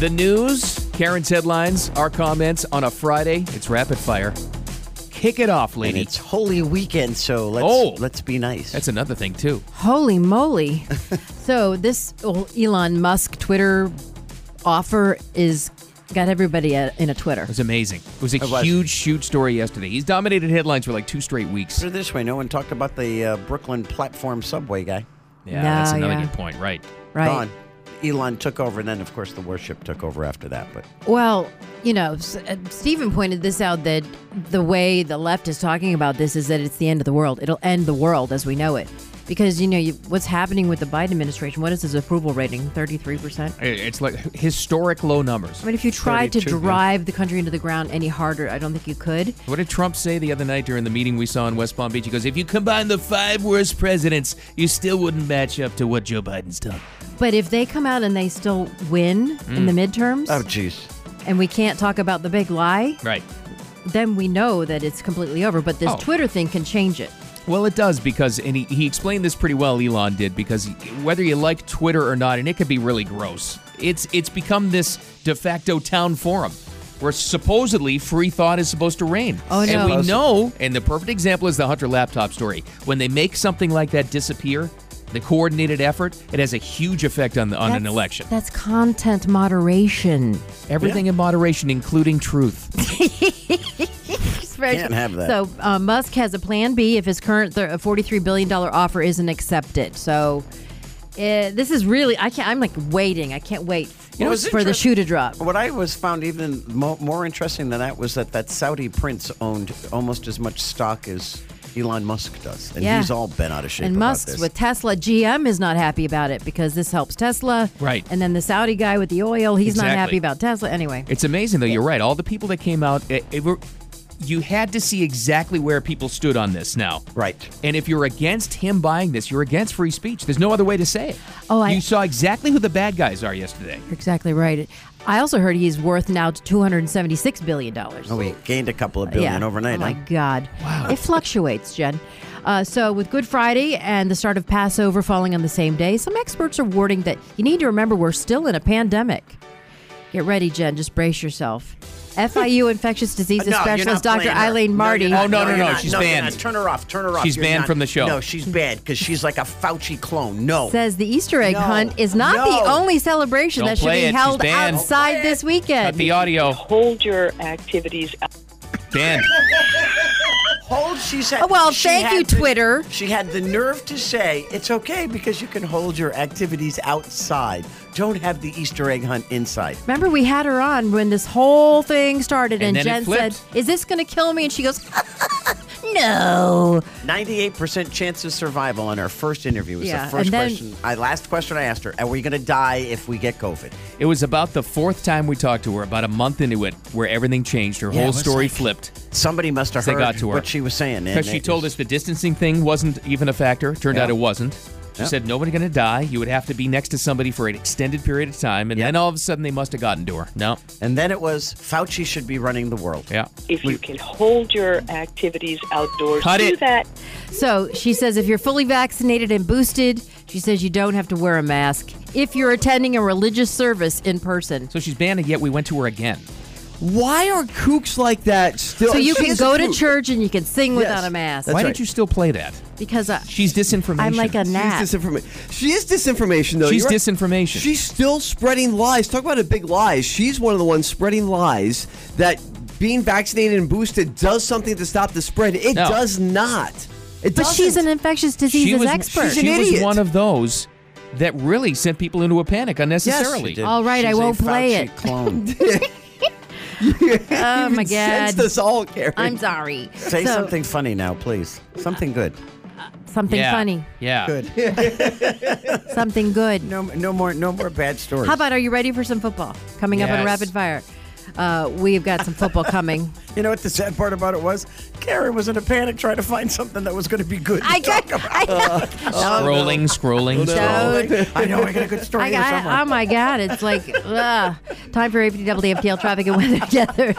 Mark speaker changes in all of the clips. Speaker 1: The news, Karen's headlines, our comments on a Friday. It's rapid fire. Kick it off,
Speaker 2: And
Speaker 1: lady.
Speaker 2: it's Holy Weekend, so let's
Speaker 1: Oh.
Speaker 2: let's be nice.
Speaker 1: That's another thing too.
Speaker 3: Holy moly. so this well, Elon Musk Twitter offer is got everybody at, in a Twitter.
Speaker 1: It was amazing. It was a
Speaker 2: was.
Speaker 1: huge, huge story yesterday. He's dominated headlines for like two straight weeks.
Speaker 2: Put it this way, no one talked about the uh, Brooklyn platform subway guy.
Speaker 1: Yeah,
Speaker 3: No,
Speaker 1: that's another
Speaker 3: yeah.
Speaker 1: good point. Right.
Speaker 3: Right.
Speaker 2: Gone. Elon took over, and then of course the worship took over after that. But
Speaker 3: Well, you know, S- uh, Stephen pointed this out that the way the left is talking about this is that it's the end of the world. It'll end the world as we know it. Because, you know, you, what's happening with the Biden administration? What is his approval rating? 33%?
Speaker 1: It- It's like historic low numbers.
Speaker 3: I mean, if you tried to
Speaker 2: 32, yeah.
Speaker 3: drive the country into the ground any harder, I don't think you could.
Speaker 1: What did Trump say the other night during the meeting we saw in West Palm Beach? He goes, "If you combine the five worst presidents, you still wouldn't match up to what Joe Biden's done."
Speaker 3: But if they come out and they still win in the midterms,
Speaker 2: oh, jeez,
Speaker 3: and we can't talk about the big lie,
Speaker 1: Right.
Speaker 3: then we know that it's completely over. But this
Speaker 1: Oh.
Speaker 3: Twitter thing can change it.
Speaker 1: Well, it does because, and he, he explained this pretty well. Elon did because whether you like Twitter or not, and it could be really gross. It's it's become this de facto town forum where supposedly free thought is supposed to reign.
Speaker 3: Oh, no.
Speaker 1: And we know, and the perfect example is the Hunter laptop story. When they make something like that disappear, the coordinated effort, it has a huge effect on the, on an
Speaker 3: That's-
Speaker 1: election.
Speaker 3: That's content moderation.
Speaker 1: Everything in moderation, including truth.
Speaker 2: Can't have that.
Speaker 3: So uh, Musk has a plan B if his current thir- $43 billion offer isn't accepted. So uh, this is really, I can't, I'm like waiting. I can't wait
Speaker 2: You know, it's
Speaker 3: for the
Speaker 2: interest-
Speaker 3: shoe to drop.
Speaker 2: what I was found even mo- more interesting than that was that that Saudi prince owned almost as much stock as Elon Musk does, and
Speaker 3: Yeah.
Speaker 2: he's all bent out of shape.
Speaker 3: And
Speaker 2: about
Speaker 3: Musk's
Speaker 2: this.
Speaker 3: with Tesla, GM is not happy about it because this helps Tesla.
Speaker 1: Right.
Speaker 3: And then the Saudi guy with the oil, he's not
Speaker 1: Exactly.
Speaker 3: happy about Tesla. Anyway,
Speaker 1: It's amazing, though. You're right. All the people that came out, it, it were, you had to see exactly where people stood on this now.
Speaker 2: Right.
Speaker 1: And if you're against him buying this, you're against free speech. There's no other way to say it.
Speaker 3: Oh, I-
Speaker 1: You saw exactly who the bad guys are yesterday.
Speaker 3: you're exactly right. I also heard he's worth now $276 billion.
Speaker 2: Oh, we gained a couple of billion
Speaker 3: yeah.
Speaker 2: overnight.
Speaker 3: Oh my
Speaker 2: huh?
Speaker 3: God. Wow. It fluctuates, Jen. Uh, so, with Good Friday and the start of Passover falling on the same day, some experts are warning that you need to remember we're still in a pandemic. Get ready, Jen. Just brace yourself. FIU infectious diseases
Speaker 2: Uh, No, you're
Speaker 3: specialist
Speaker 2: not
Speaker 3: Dr.
Speaker 2: playing her.
Speaker 3: Eileen
Speaker 2: you're
Speaker 3: Marty.
Speaker 1: Oh,
Speaker 2: not.
Speaker 1: no, no,
Speaker 2: you're
Speaker 1: no,
Speaker 2: not.
Speaker 1: she's
Speaker 2: you're
Speaker 1: banned.
Speaker 2: not. Turn her off. Turn her off.
Speaker 1: She's
Speaker 2: You're
Speaker 1: banned
Speaker 2: not-
Speaker 1: from the show.
Speaker 2: No, she's banned because she's like a Fauci clone. No.
Speaker 3: says the Easter egg
Speaker 2: No.
Speaker 3: hunt is not the
Speaker 2: No.
Speaker 3: only celebration
Speaker 1: Don't
Speaker 3: that should
Speaker 1: play
Speaker 3: be
Speaker 1: it. She's
Speaker 3: held
Speaker 1: banned.
Speaker 3: outside this
Speaker 1: Cut
Speaker 3: weekend.
Speaker 1: the audio.
Speaker 4: hold your activities
Speaker 1: Banned.
Speaker 2: hold. She said.
Speaker 3: Oh, well,
Speaker 2: she
Speaker 3: thank
Speaker 2: had
Speaker 3: you,
Speaker 2: the-
Speaker 3: Twitter.
Speaker 2: She had the nerve to say it's okay because you can hold your activities outside. Don't have the Easter egg hunt inside.
Speaker 3: Remember, we had her on when this whole thing started,
Speaker 1: And
Speaker 3: and,
Speaker 1: then it
Speaker 3: Jen said,
Speaker 1: flipped.
Speaker 3: Is this going to kill me? And she goes, No.
Speaker 2: Ninety-eight percent chance of survival on our first interview was
Speaker 3: Yeah,
Speaker 2: the first
Speaker 3: and then-
Speaker 2: question. I last question I asked her: Are we going to die if we get COVID?
Speaker 1: it was about the fourth time we talked to her, about a month into it, where everything changed. Her
Speaker 2: Yeah, it
Speaker 1: whole
Speaker 2: was
Speaker 1: story
Speaker 2: like-
Speaker 1: flipped.
Speaker 2: Somebody must have
Speaker 1: They
Speaker 2: heard
Speaker 1: got to her.
Speaker 2: what she was saying.
Speaker 1: Because she told us the distancing thing wasn't even a factor. Turned out
Speaker 2: Yeah.
Speaker 1: it wasn't. She
Speaker 2: Yeah.
Speaker 1: said nobody going to die. You would have to be next to somebody for an extended period of time, and
Speaker 2: Yeah.
Speaker 1: then all of a sudden they must have gotten to her. No,
Speaker 2: and then it was Fauci should be running the world.
Speaker 1: yeah.
Speaker 4: if you can hold your activities outdoors
Speaker 1: Cut
Speaker 4: do
Speaker 1: it.
Speaker 4: that
Speaker 3: So she says, If you're fully vaccinated and boosted, she says you don't have to wear a mask if you're attending a religious service in person.
Speaker 1: So she's banned, and yet we went to her again.
Speaker 5: Why are kooks like that still?
Speaker 3: So you
Speaker 5: She
Speaker 3: can
Speaker 5: is
Speaker 3: go
Speaker 5: a
Speaker 3: to
Speaker 5: kook.
Speaker 3: church and you can sing without a mask
Speaker 1: Why
Speaker 5: right.
Speaker 1: did you still play that?
Speaker 3: because uh, I,
Speaker 1: She's disinformation.
Speaker 3: I'm like a gnat.
Speaker 5: She's disinformation. She is disinformation, though.
Speaker 1: She's
Speaker 5: You're right.
Speaker 1: disinformation.
Speaker 5: She's still spreading lies. Talk about a big lie. She's one of the ones spreading lies that being vaccinated and boosted does something to stop the spread. It
Speaker 1: No.
Speaker 5: does not. It
Speaker 3: But she's an
Speaker 5: doesn't.
Speaker 3: infectious diseases expert.
Speaker 5: she's an
Speaker 1: she was
Speaker 5: idiot.
Speaker 1: one of those that really sent people into a panic
Speaker 2: She
Speaker 1: unnecessarily.
Speaker 2: did.
Speaker 3: All right, I
Speaker 2: She's a
Speaker 3: won't play
Speaker 2: Fauci
Speaker 3: it.
Speaker 2: Clone.
Speaker 3: oh my
Speaker 5: Sensed
Speaker 3: god.
Speaker 5: us all, Karen.
Speaker 3: I'm sorry.
Speaker 2: Say
Speaker 3: So,
Speaker 2: something funny now, please. Something good.
Speaker 3: Something
Speaker 1: yeah.
Speaker 3: funny.
Speaker 1: Yeah.
Speaker 3: Something good.
Speaker 2: No, no more, no more bad stories.
Speaker 3: How about are you ready for some football coming up on
Speaker 1: Yes.
Speaker 3: Rapid Fire? Uh, we've got some football coming.
Speaker 2: you know what the sad part about it was? Karen was in a panic trying to find something that was going to be good. to
Speaker 3: I
Speaker 2: talk
Speaker 3: got.
Speaker 2: about.
Speaker 3: I,
Speaker 1: Scrolling, scrolling, scrolling.
Speaker 2: I know I got a good story.
Speaker 3: I
Speaker 2: here
Speaker 3: got.
Speaker 2: somewhere.
Speaker 3: Oh my God! It's like ugh. time for APWFTL traffic and weather together.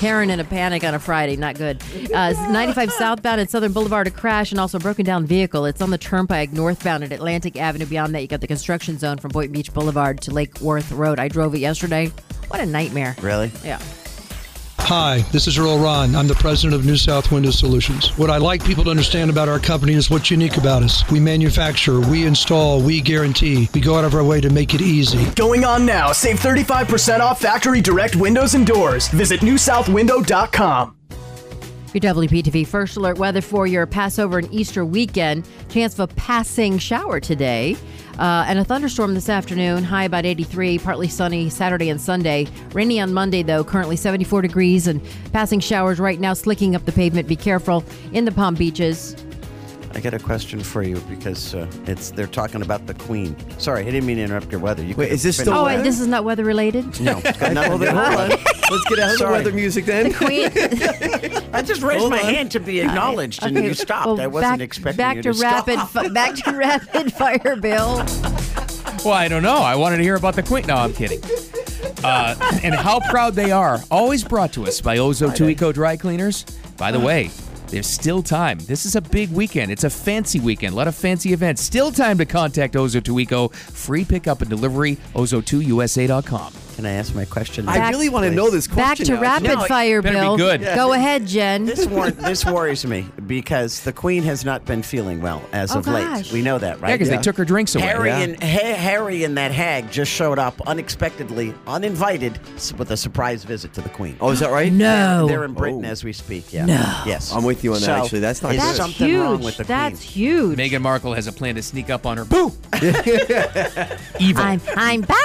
Speaker 3: Karen in a panic on a Friday, not good. Uh, 95 southbound at Southern Boulevard, a crash and also a broken down vehicle. It's on the turnpike northbound at Atlantic Avenue. Beyond that, you got the construction zone from Boynton Beach Boulevard to Lake Worth Road. I drove it yesterday. What a nightmare.
Speaker 2: Really?
Speaker 3: Yeah.
Speaker 6: Hi, this is Earl Ron. I'm the president of New South Window Solutions. What I like people to understand about our company is what's unique about us. We manufacture, we install, we guarantee. We go out of our way to make it easy.
Speaker 7: Going on now. Save 35% off factory direct windows and doors. Visit newsouthwindow.com.
Speaker 3: Your WPTV first alert weather for your Passover and Easter weekend. Chance of a passing shower today uh, and a thunderstorm this afternoon. High about 83, partly sunny Saturday and Sunday. Rainy on Monday, though, currently 74 degrees and passing showers right now slicking up the pavement. Be careful in the Palm Beaches.
Speaker 2: I got a question for you because uh, it's they're talking about the Queen. Sorry, I didn't mean to interrupt your weather. You
Speaker 5: Wait,
Speaker 2: could
Speaker 5: is this
Speaker 2: fin-
Speaker 5: still
Speaker 3: Oh,
Speaker 5: weather?
Speaker 3: wait, this is not weather related?
Speaker 2: No, it's got nothing to
Speaker 5: Hold
Speaker 2: do
Speaker 5: on,
Speaker 2: with
Speaker 5: hold on.
Speaker 2: weather.
Speaker 5: Let's get out of the
Speaker 2: Sorry.
Speaker 5: weather music then.
Speaker 3: Queen.
Speaker 2: I just raised
Speaker 5: Hold
Speaker 2: my
Speaker 5: on.
Speaker 2: hand to be acknowledged, and you stopped.
Speaker 3: Well,
Speaker 2: I wasn't
Speaker 3: back,
Speaker 2: expecting
Speaker 3: back
Speaker 2: you
Speaker 3: to,
Speaker 2: to, stop.
Speaker 3: rapid fi- back to rapid fire, Bill.
Speaker 1: Well, I don't know. I wanted to hear about the Queen. No, I'm kidding. Uh, and how proud they are. Always brought to us by Ozo 2 Eco Dry Cleaners. By
Speaker 2: Uh-huh.
Speaker 1: the way, there's still time. This is a big weekend. It's a fancy weekend. A lot of fancy events. Still time to contact Ozo 2 Eco. Free pickup and delivery. Ozo2USA.com.
Speaker 2: Can I ask my question?
Speaker 5: I
Speaker 3: Back-
Speaker 5: really want to know this
Speaker 3: Back
Speaker 5: question.
Speaker 3: to
Speaker 5: now.
Speaker 3: rapid
Speaker 2: No, it
Speaker 3: fire,
Speaker 1: better be
Speaker 3: Bill.
Speaker 1: good.
Speaker 3: Go ahead, Jen.
Speaker 2: This, war- this worries me because the Queen has not been feeling well as
Speaker 3: Oh,
Speaker 2: of
Speaker 3: gosh.
Speaker 2: late. We know that, right?
Speaker 1: Yeah, because they took her drinks away.
Speaker 2: Harry
Speaker 5: Yeah.
Speaker 2: and Ha- Harry and that hag just showed up unexpectedly, uninvited, s- with a surprise visit to the Queen.
Speaker 5: Oh, is that right?
Speaker 3: No.
Speaker 2: They're in Britain
Speaker 5: Oh.
Speaker 2: as we speak. Yeah. No. Yes.
Speaker 5: I'm with you on that,
Speaker 2: So,
Speaker 5: actually. That's not
Speaker 2: is
Speaker 5: good.
Speaker 3: That's
Speaker 2: something
Speaker 3: huge.
Speaker 2: wrong with the
Speaker 3: That's
Speaker 2: Queen?
Speaker 3: huge.
Speaker 1: Meghan Markle has a plan to sneak up on her. Boo! Evil.
Speaker 3: I'm I'm back.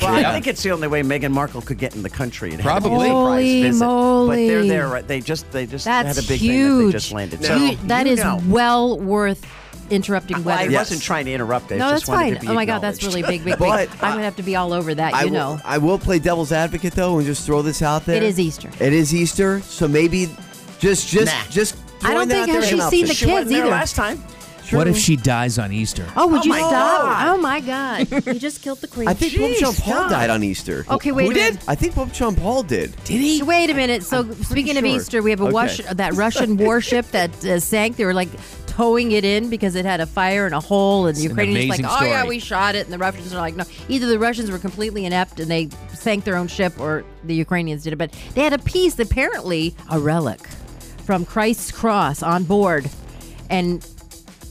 Speaker 2: Well,
Speaker 1: Yeah.
Speaker 2: I think it's the only way Meghan Markle could get in the country. And
Speaker 1: Probably.
Speaker 2: Have a surprise
Speaker 3: Holy
Speaker 2: visit. But they're
Speaker 3: moly.
Speaker 2: there. right? They just they just
Speaker 3: That's
Speaker 2: had a big
Speaker 3: huge.
Speaker 2: thing that they just landed. So
Speaker 3: You- that
Speaker 2: you
Speaker 3: is
Speaker 2: know.
Speaker 3: well worth interrupting
Speaker 2: Well, I
Speaker 3: weather.
Speaker 2: wasn't trying to interrupt. I
Speaker 3: No,
Speaker 2: just
Speaker 3: that's
Speaker 2: wanted
Speaker 3: fine.
Speaker 2: to be
Speaker 3: Oh my God, that's really
Speaker 2: acknowledged.
Speaker 3: big, big, big.
Speaker 5: But,
Speaker 3: I'm gonna have to be all over that.
Speaker 5: I
Speaker 3: you
Speaker 5: will,
Speaker 3: know,
Speaker 5: I will play devil's advocate though, and just throw this out there.
Speaker 3: It is Easter.
Speaker 5: It is Easter, so maybe just just
Speaker 2: Nah.
Speaker 5: just.
Speaker 3: I don't
Speaker 5: throwing that
Speaker 3: think
Speaker 5: out there
Speaker 3: has
Speaker 5: as
Speaker 3: she
Speaker 5: an
Speaker 3: seen the
Speaker 2: She
Speaker 5: option.
Speaker 2: wasn't
Speaker 3: kids
Speaker 2: there
Speaker 3: either.
Speaker 2: last time.
Speaker 1: What if she dies on Easter?
Speaker 3: oh, would you
Speaker 2: my
Speaker 3: stop?
Speaker 2: God.
Speaker 3: Oh my God, you just killed the queen.
Speaker 5: I think Pope
Speaker 2: Jeez,
Speaker 5: John Paul
Speaker 2: John.
Speaker 5: died on Easter.
Speaker 3: Okay, wait
Speaker 5: Who
Speaker 3: a
Speaker 5: did?
Speaker 3: minute.
Speaker 5: I think Pope John Paul did.
Speaker 1: Did he?
Speaker 3: Wait a minute. So speaking of
Speaker 5: sure.
Speaker 3: Easter, we have a
Speaker 5: Okay.
Speaker 3: wash, that Russian warship that uh, sank. They were like towing it in because it had a fire and a hole, and the
Speaker 1: an
Speaker 3: Ukrainians like,
Speaker 1: amazing
Speaker 3: oh yeah,
Speaker 1: story.
Speaker 3: we shot it, and the Russians are like, no. Either the Russians were completely inept and they sank their own ship, or the Ukrainians did it. But they had a piece, apparently a relic from Christ's cross on board, and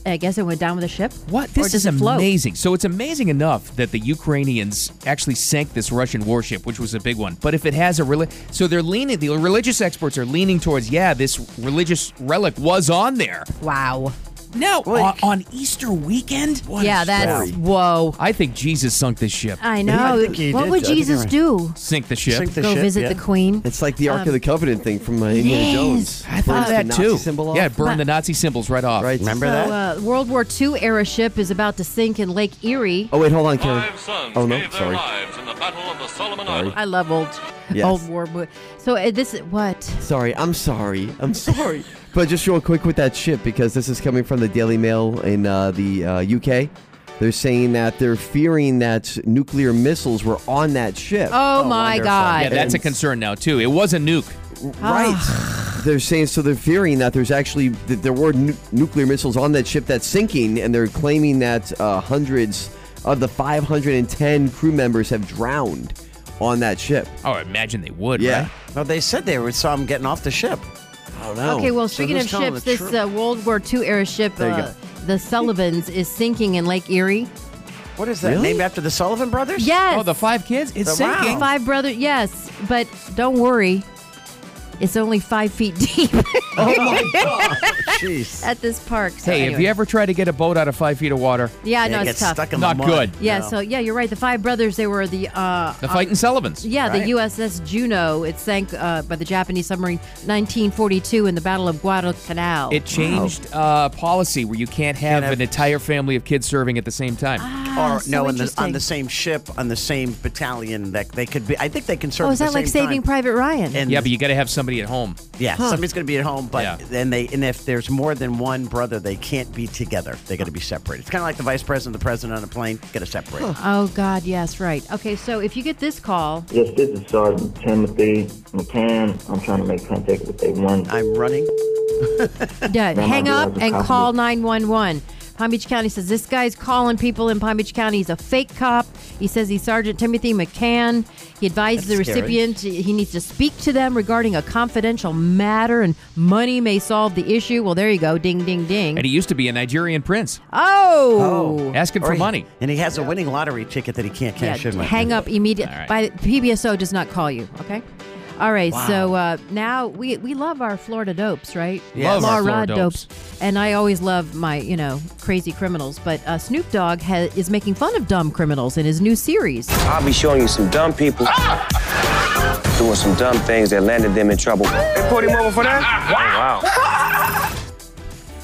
Speaker 3: I guess it went down with the ship.
Speaker 1: What?
Speaker 3: Or
Speaker 1: This is
Speaker 3: does it float?
Speaker 1: amazing. So it's amazing enough that the Ukrainians actually sank this Russian warship, which was a big one. But if it has a relic, so they're leaning. The religious experts are leaning towards, yeah, this religious relic was on there.
Speaker 3: Wow.
Speaker 1: No, on, on Easter weekend. What
Speaker 3: yeah, Uh,
Speaker 1: is-
Speaker 3: that's
Speaker 5: story.
Speaker 3: whoa.
Speaker 1: I think Jesus sunk this ship.
Speaker 3: I know.
Speaker 2: think he
Speaker 3: what
Speaker 2: did.
Speaker 3: would
Speaker 2: I think
Speaker 3: Jesus do?
Speaker 1: Sink the ship.
Speaker 2: Sink the
Speaker 3: Go
Speaker 2: ship,
Speaker 3: visit
Speaker 2: yeah.
Speaker 3: the queen.
Speaker 5: It's like the Ark of the Covenant thing from uh, Indiana
Speaker 3: Yes.
Speaker 5: Jones.
Speaker 1: I thought
Speaker 5: Burns the
Speaker 1: that
Speaker 5: Nazi
Speaker 1: too.
Speaker 5: Symbol off.
Speaker 1: Yeah, it burned the Nazi symbols right off.
Speaker 5: Right.
Speaker 2: Remember
Speaker 3: So,
Speaker 2: that?
Speaker 3: uh, World War II era ship is about to sink in Lake Erie.
Speaker 5: Oh wait, hold on, Karen.
Speaker 8: Five sons
Speaker 5: Oh no,
Speaker 8: gave their
Speaker 5: sorry.
Speaker 8: lives in the Battle of the Solomon
Speaker 5: Sorry.
Speaker 8: Islands.
Speaker 3: I love old,
Speaker 5: Yes.
Speaker 3: old war. mo- So uh, this what?
Speaker 5: Sorry, I'm sorry. I'm sorry. but just real quick with that ship, because this is coming from the Daily Mail in uh, the uh, UK. They're saying that they're fearing that nuclear missiles were on that ship.
Speaker 3: Oh, my
Speaker 2: wonderful.
Speaker 3: God!
Speaker 1: Yeah, that's a concern now too. It was a nuke.
Speaker 5: Right. they're saying so. They're fearing that there's actually that there were nu- nuclear missiles on that ship that's sinking, and they're claiming that uh, hundreds of the 510 crew members have drowned on that ship.
Speaker 1: Oh, I imagine they would.
Speaker 5: Yeah.
Speaker 1: Right?
Speaker 2: No, they said they were, saw him getting off the ship.
Speaker 5: I don't know.
Speaker 3: okay, well,
Speaker 2: so
Speaker 3: speaking
Speaker 2: who's
Speaker 3: of
Speaker 2: telling
Speaker 3: ships,
Speaker 2: the
Speaker 3: this
Speaker 2: truth?
Speaker 3: uh, World War II era ship,
Speaker 5: There you
Speaker 3: uh, the Sullivans, is sinking in Lake Erie.
Speaker 2: What is that?
Speaker 5: Really?
Speaker 2: Named after the Sullivan brothers?
Speaker 3: Yes.
Speaker 1: Oh, the five kids. It's
Speaker 2: The- wow.
Speaker 1: sinking.
Speaker 3: Five brothers. Yes, but don't worry, it's only five feet deep
Speaker 2: Jeez.
Speaker 3: at this park. So
Speaker 1: Hey, have
Speaker 3: anyway.
Speaker 1: you ever tried to get a boat out of five feet of water?
Speaker 3: Yeah,
Speaker 2: Yeah,
Speaker 3: no,
Speaker 2: it
Speaker 3: it's
Speaker 2: gets
Speaker 3: tough.
Speaker 2: stuck in
Speaker 1: Not
Speaker 2: the mud.
Speaker 1: good.
Speaker 3: yeah,
Speaker 2: No.
Speaker 3: so yeah, you're right. The five brothers, they were the uh,
Speaker 1: The fighting Sullivans.
Speaker 3: Yeah,
Speaker 2: Right.
Speaker 3: the USS Juno. It sank uh, by the Japanese submarine 1942 in the Battle of Guadalcanal.
Speaker 1: It changed uh, policy where you can't have,
Speaker 2: have-
Speaker 1: an entire family of kids serving at the same time.
Speaker 3: Ah.
Speaker 2: or
Speaker 3: so
Speaker 2: no, on the,
Speaker 3: interesting.
Speaker 2: on the same ship, on the same battalion that they could be. I think they can serve.
Speaker 3: oh,
Speaker 2: at
Speaker 3: is
Speaker 2: the
Speaker 3: that like
Speaker 2: same
Speaker 3: Saving
Speaker 2: time.
Speaker 3: Private Ryan?
Speaker 2: And
Speaker 1: yeah, but you got to have somebody at home.
Speaker 2: Yeah, somebody's going to be at home, but
Speaker 1: Yeah.
Speaker 2: then they and if there's more than one brother, they can't be together. They're going to be separated. It's kind of like the vice president, the president on a plane, got to separate.
Speaker 3: Oh, God, yes, right. Okay, so if you get this call,
Speaker 9: Yes, this is Sergeant Timothy McCann. I'm trying to make contact with a one.
Speaker 2: I'm running.
Speaker 3: yeah, hang
Speaker 9: I
Speaker 3: up
Speaker 9: realize
Speaker 3: and
Speaker 9: the cop
Speaker 3: call
Speaker 9: is-
Speaker 3: 911. Palm Beach County says this guy's calling people in Palm Beach County. He's a fake cop. He says he's Sergeant Timothy McCann. He advised the
Speaker 2: That's scary.
Speaker 3: recipient he needs to speak to them regarding a confidential matter and money may solve the issue. Well, there you go. Ding, ding, ding.
Speaker 1: And he used to be a Nigerian prince.
Speaker 3: oh.
Speaker 1: Ask him
Speaker 2: Or
Speaker 1: for
Speaker 2: he-
Speaker 1: money.
Speaker 2: And he has a winning lottery ticket that he can't cash in.
Speaker 3: yeah,
Speaker 2: right
Speaker 3: hang
Speaker 2: now.
Speaker 3: up immediately.
Speaker 1: All right.
Speaker 3: By PBSO does not call you. Okay. All right. So uh, now we we love our Florida dopes, right?
Speaker 2: Yes. Love
Speaker 1: our
Speaker 3: Law
Speaker 1: Florida
Speaker 3: Rod
Speaker 1: dopes.
Speaker 3: And I always love my you know crazy criminals, but uh, Snoop Dogg ha- is making fun of dumb criminals in his new series.
Speaker 10: I'll be showing you some dumb people doing some dumb things that landed them in trouble. They put him over for that? Wow.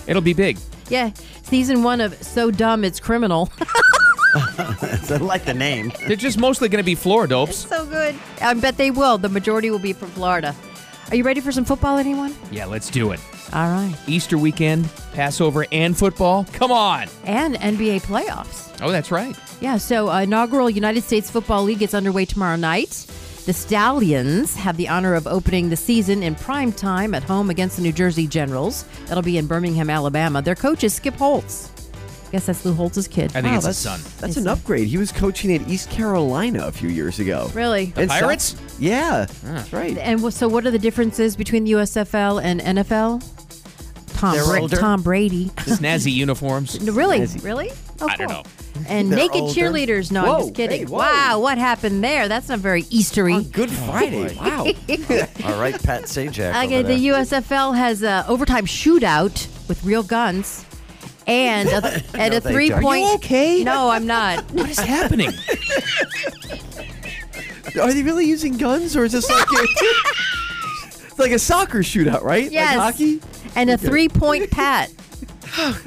Speaker 1: It'll be big.
Speaker 3: Yeah, season one of So Dumb It's Criminal.
Speaker 2: I like the name.
Speaker 1: They're just mostly going to be Florida dopes.
Speaker 3: so good. I bet they will. The majority will be from Florida. Are you ready for some football, anyone?
Speaker 1: Yeah, let's do it.
Speaker 3: All right.
Speaker 1: Easter weekend, Passover, and football. Come on.
Speaker 3: And NBA playoffs.
Speaker 1: Oh, that's right.
Speaker 3: Yeah, so uh, inaugural United States Football League gets underway tomorrow night. The Stallions have the honor of opening the season in prime time at home against the New Jersey Generals. That'll be in Birmingham, Alabama. Their coach is Skip Holtz. guess that's Lou Holtz's kid.
Speaker 1: I think
Speaker 5: Wow,
Speaker 1: it's his
Speaker 5: that's,
Speaker 1: son.
Speaker 5: that's
Speaker 3: His
Speaker 5: an
Speaker 3: son.
Speaker 5: upgrade. He was coaching at East Carolina a few years ago.
Speaker 3: Really?
Speaker 5: And so-
Speaker 1: Pirates?
Speaker 5: yeah, that's right.
Speaker 3: And wh- so, what are the differences between the USFL and NFL? Tom,
Speaker 2: They're
Speaker 3: Bra-
Speaker 2: older.
Speaker 3: Tom Brady.
Speaker 1: Snazzy uniforms.
Speaker 3: No, really? Really? Oh,
Speaker 1: I don't know.
Speaker 3: And
Speaker 2: They're
Speaker 3: naked
Speaker 2: older.
Speaker 3: cheerleaders. No, I'm
Speaker 5: Whoa,
Speaker 3: just kidding.
Speaker 5: hey, whoa.
Speaker 3: wow, what happened there? That's not very Eastery.
Speaker 5: On Good
Speaker 1: Oh,
Speaker 5: Friday. wow.
Speaker 2: All right, Pat Sajak.
Speaker 3: Okay,
Speaker 2: over there.
Speaker 3: the USFL has a overtime shootout with real guns and a, and
Speaker 2: they
Speaker 3: a
Speaker 2: don't.
Speaker 3: three point.
Speaker 5: Are you okay?
Speaker 3: No, I'm not.
Speaker 1: What is happening?
Speaker 5: Are they really using guns or is this like a, it's like a soccer shootout, right?
Speaker 3: Yes.
Speaker 5: Like hockey?
Speaker 3: And a three point pat.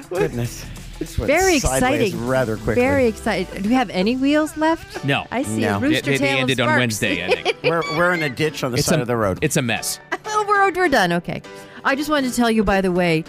Speaker 2: Goodness. This went
Speaker 3: Very
Speaker 2: sideways
Speaker 3: exciting.
Speaker 2: Rather quickly.
Speaker 3: Very excited. Do you have any wheels left?
Speaker 1: No.
Speaker 3: I see
Speaker 2: No.
Speaker 3: a
Speaker 1: they,
Speaker 3: rooster
Speaker 1: they- they
Speaker 3: tail
Speaker 1: ended
Speaker 3: and
Speaker 1: on
Speaker 3: sparks.
Speaker 1: Wednesday, I think.
Speaker 2: We're, we're in a ditch on the side
Speaker 1: a,
Speaker 2: of the road.
Speaker 1: It's a mess.
Speaker 3: well, we're, we're done. Okay. I just wanted to tell you, by the way,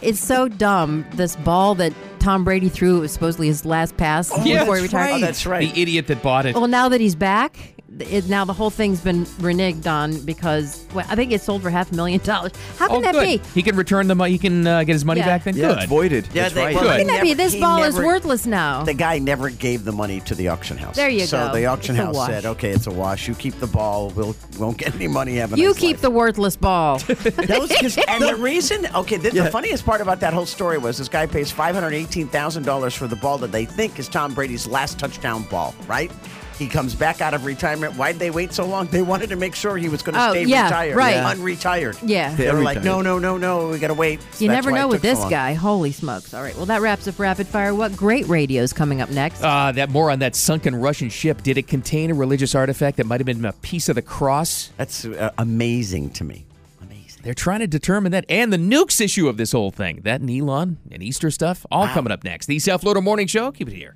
Speaker 3: it's so dumb. This ball that Tom Brady threw it was supposedly his last pass
Speaker 1: yeah,
Speaker 3: before he
Speaker 1: that's
Speaker 3: retired.
Speaker 2: oh, that's right.
Speaker 1: The idiot that bought it.
Speaker 3: Well, now that he's back, it, now the whole thing's been reneged on because well, I think it sold for half a million dollars. How can
Speaker 1: oh,
Speaker 3: that
Speaker 1: good.
Speaker 3: be?
Speaker 1: He can return the money. He can uh, get his money
Speaker 3: Yeah.
Speaker 1: back then.
Speaker 5: Yeah,
Speaker 1: good.
Speaker 5: it's voided.
Speaker 2: Yeah,
Speaker 5: that's
Speaker 2: they-
Speaker 5: right.
Speaker 2: well,
Speaker 1: Good.
Speaker 3: How can that be? This
Speaker 2: He
Speaker 3: ball is
Speaker 2: never-
Speaker 3: worthless now.
Speaker 2: The guy never gave the money to the auction house.
Speaker 3: There you
Speaker 2: so
Speaker 3: go.
Speaker 2: So the auction
Speaker 3: It's a
Speaker 2: house
Speaker 3: wash.
Speaker 2: said, "Okay, it's a wash. You keep the ball. We'll won't get any money. Have a
Speaker 3: you
Speaker 2: nice
Speaker 3: keep
Speaker 2: life."
Speaker 3: the worthless ball.
Speaker 2: Those kids- and the reason, okay, the, the funniest part about that whole story was this guy pays five hundred eighteen thousand dollars for the ball that they think is Tom Brady's last touchdown ball, right? He comes back out of retirement. Why'd they wait so long? They wanted to make sure he was going to
Speaker 3: Oh,
Speaker 2: stay
Speaker 3: yeah,
Speaker 2: retired,
Speaker 3: right.
Speaker 2: unretired.
Speaker 3: Yeah.
Speaker 2: they were
Speaker 5: Very
Speaker 2: like,
Speaker 5: tight.
Speaker 2: no, no, no, no, we got to wait.
Speaker 3: you
Speaker 2: That's
Speaker 3: never
Speaker 2: why it
Speaker 3: know
Speaker 2: took
Speaker 3: with
Speaker 2: so
Speaker 3: this
Speaker 2: long.
Speaker 3: guy. Holy smokes. All right. Well, that wraps up Rapid Fire. What great radio is coming up next?
Speaker 1: Uh, that more on that sunken Russian ship. Did it contain a religious artifact that might have been a piece of the cross?
Speaker 2: That's uh, amazing to me. Amazing.
Speaker 1: They're trying to determine that, and the nukes issue of this whole thing. That and Elon and Easter stuff, all coming up next. The South Florida Morning Show. Keep it here.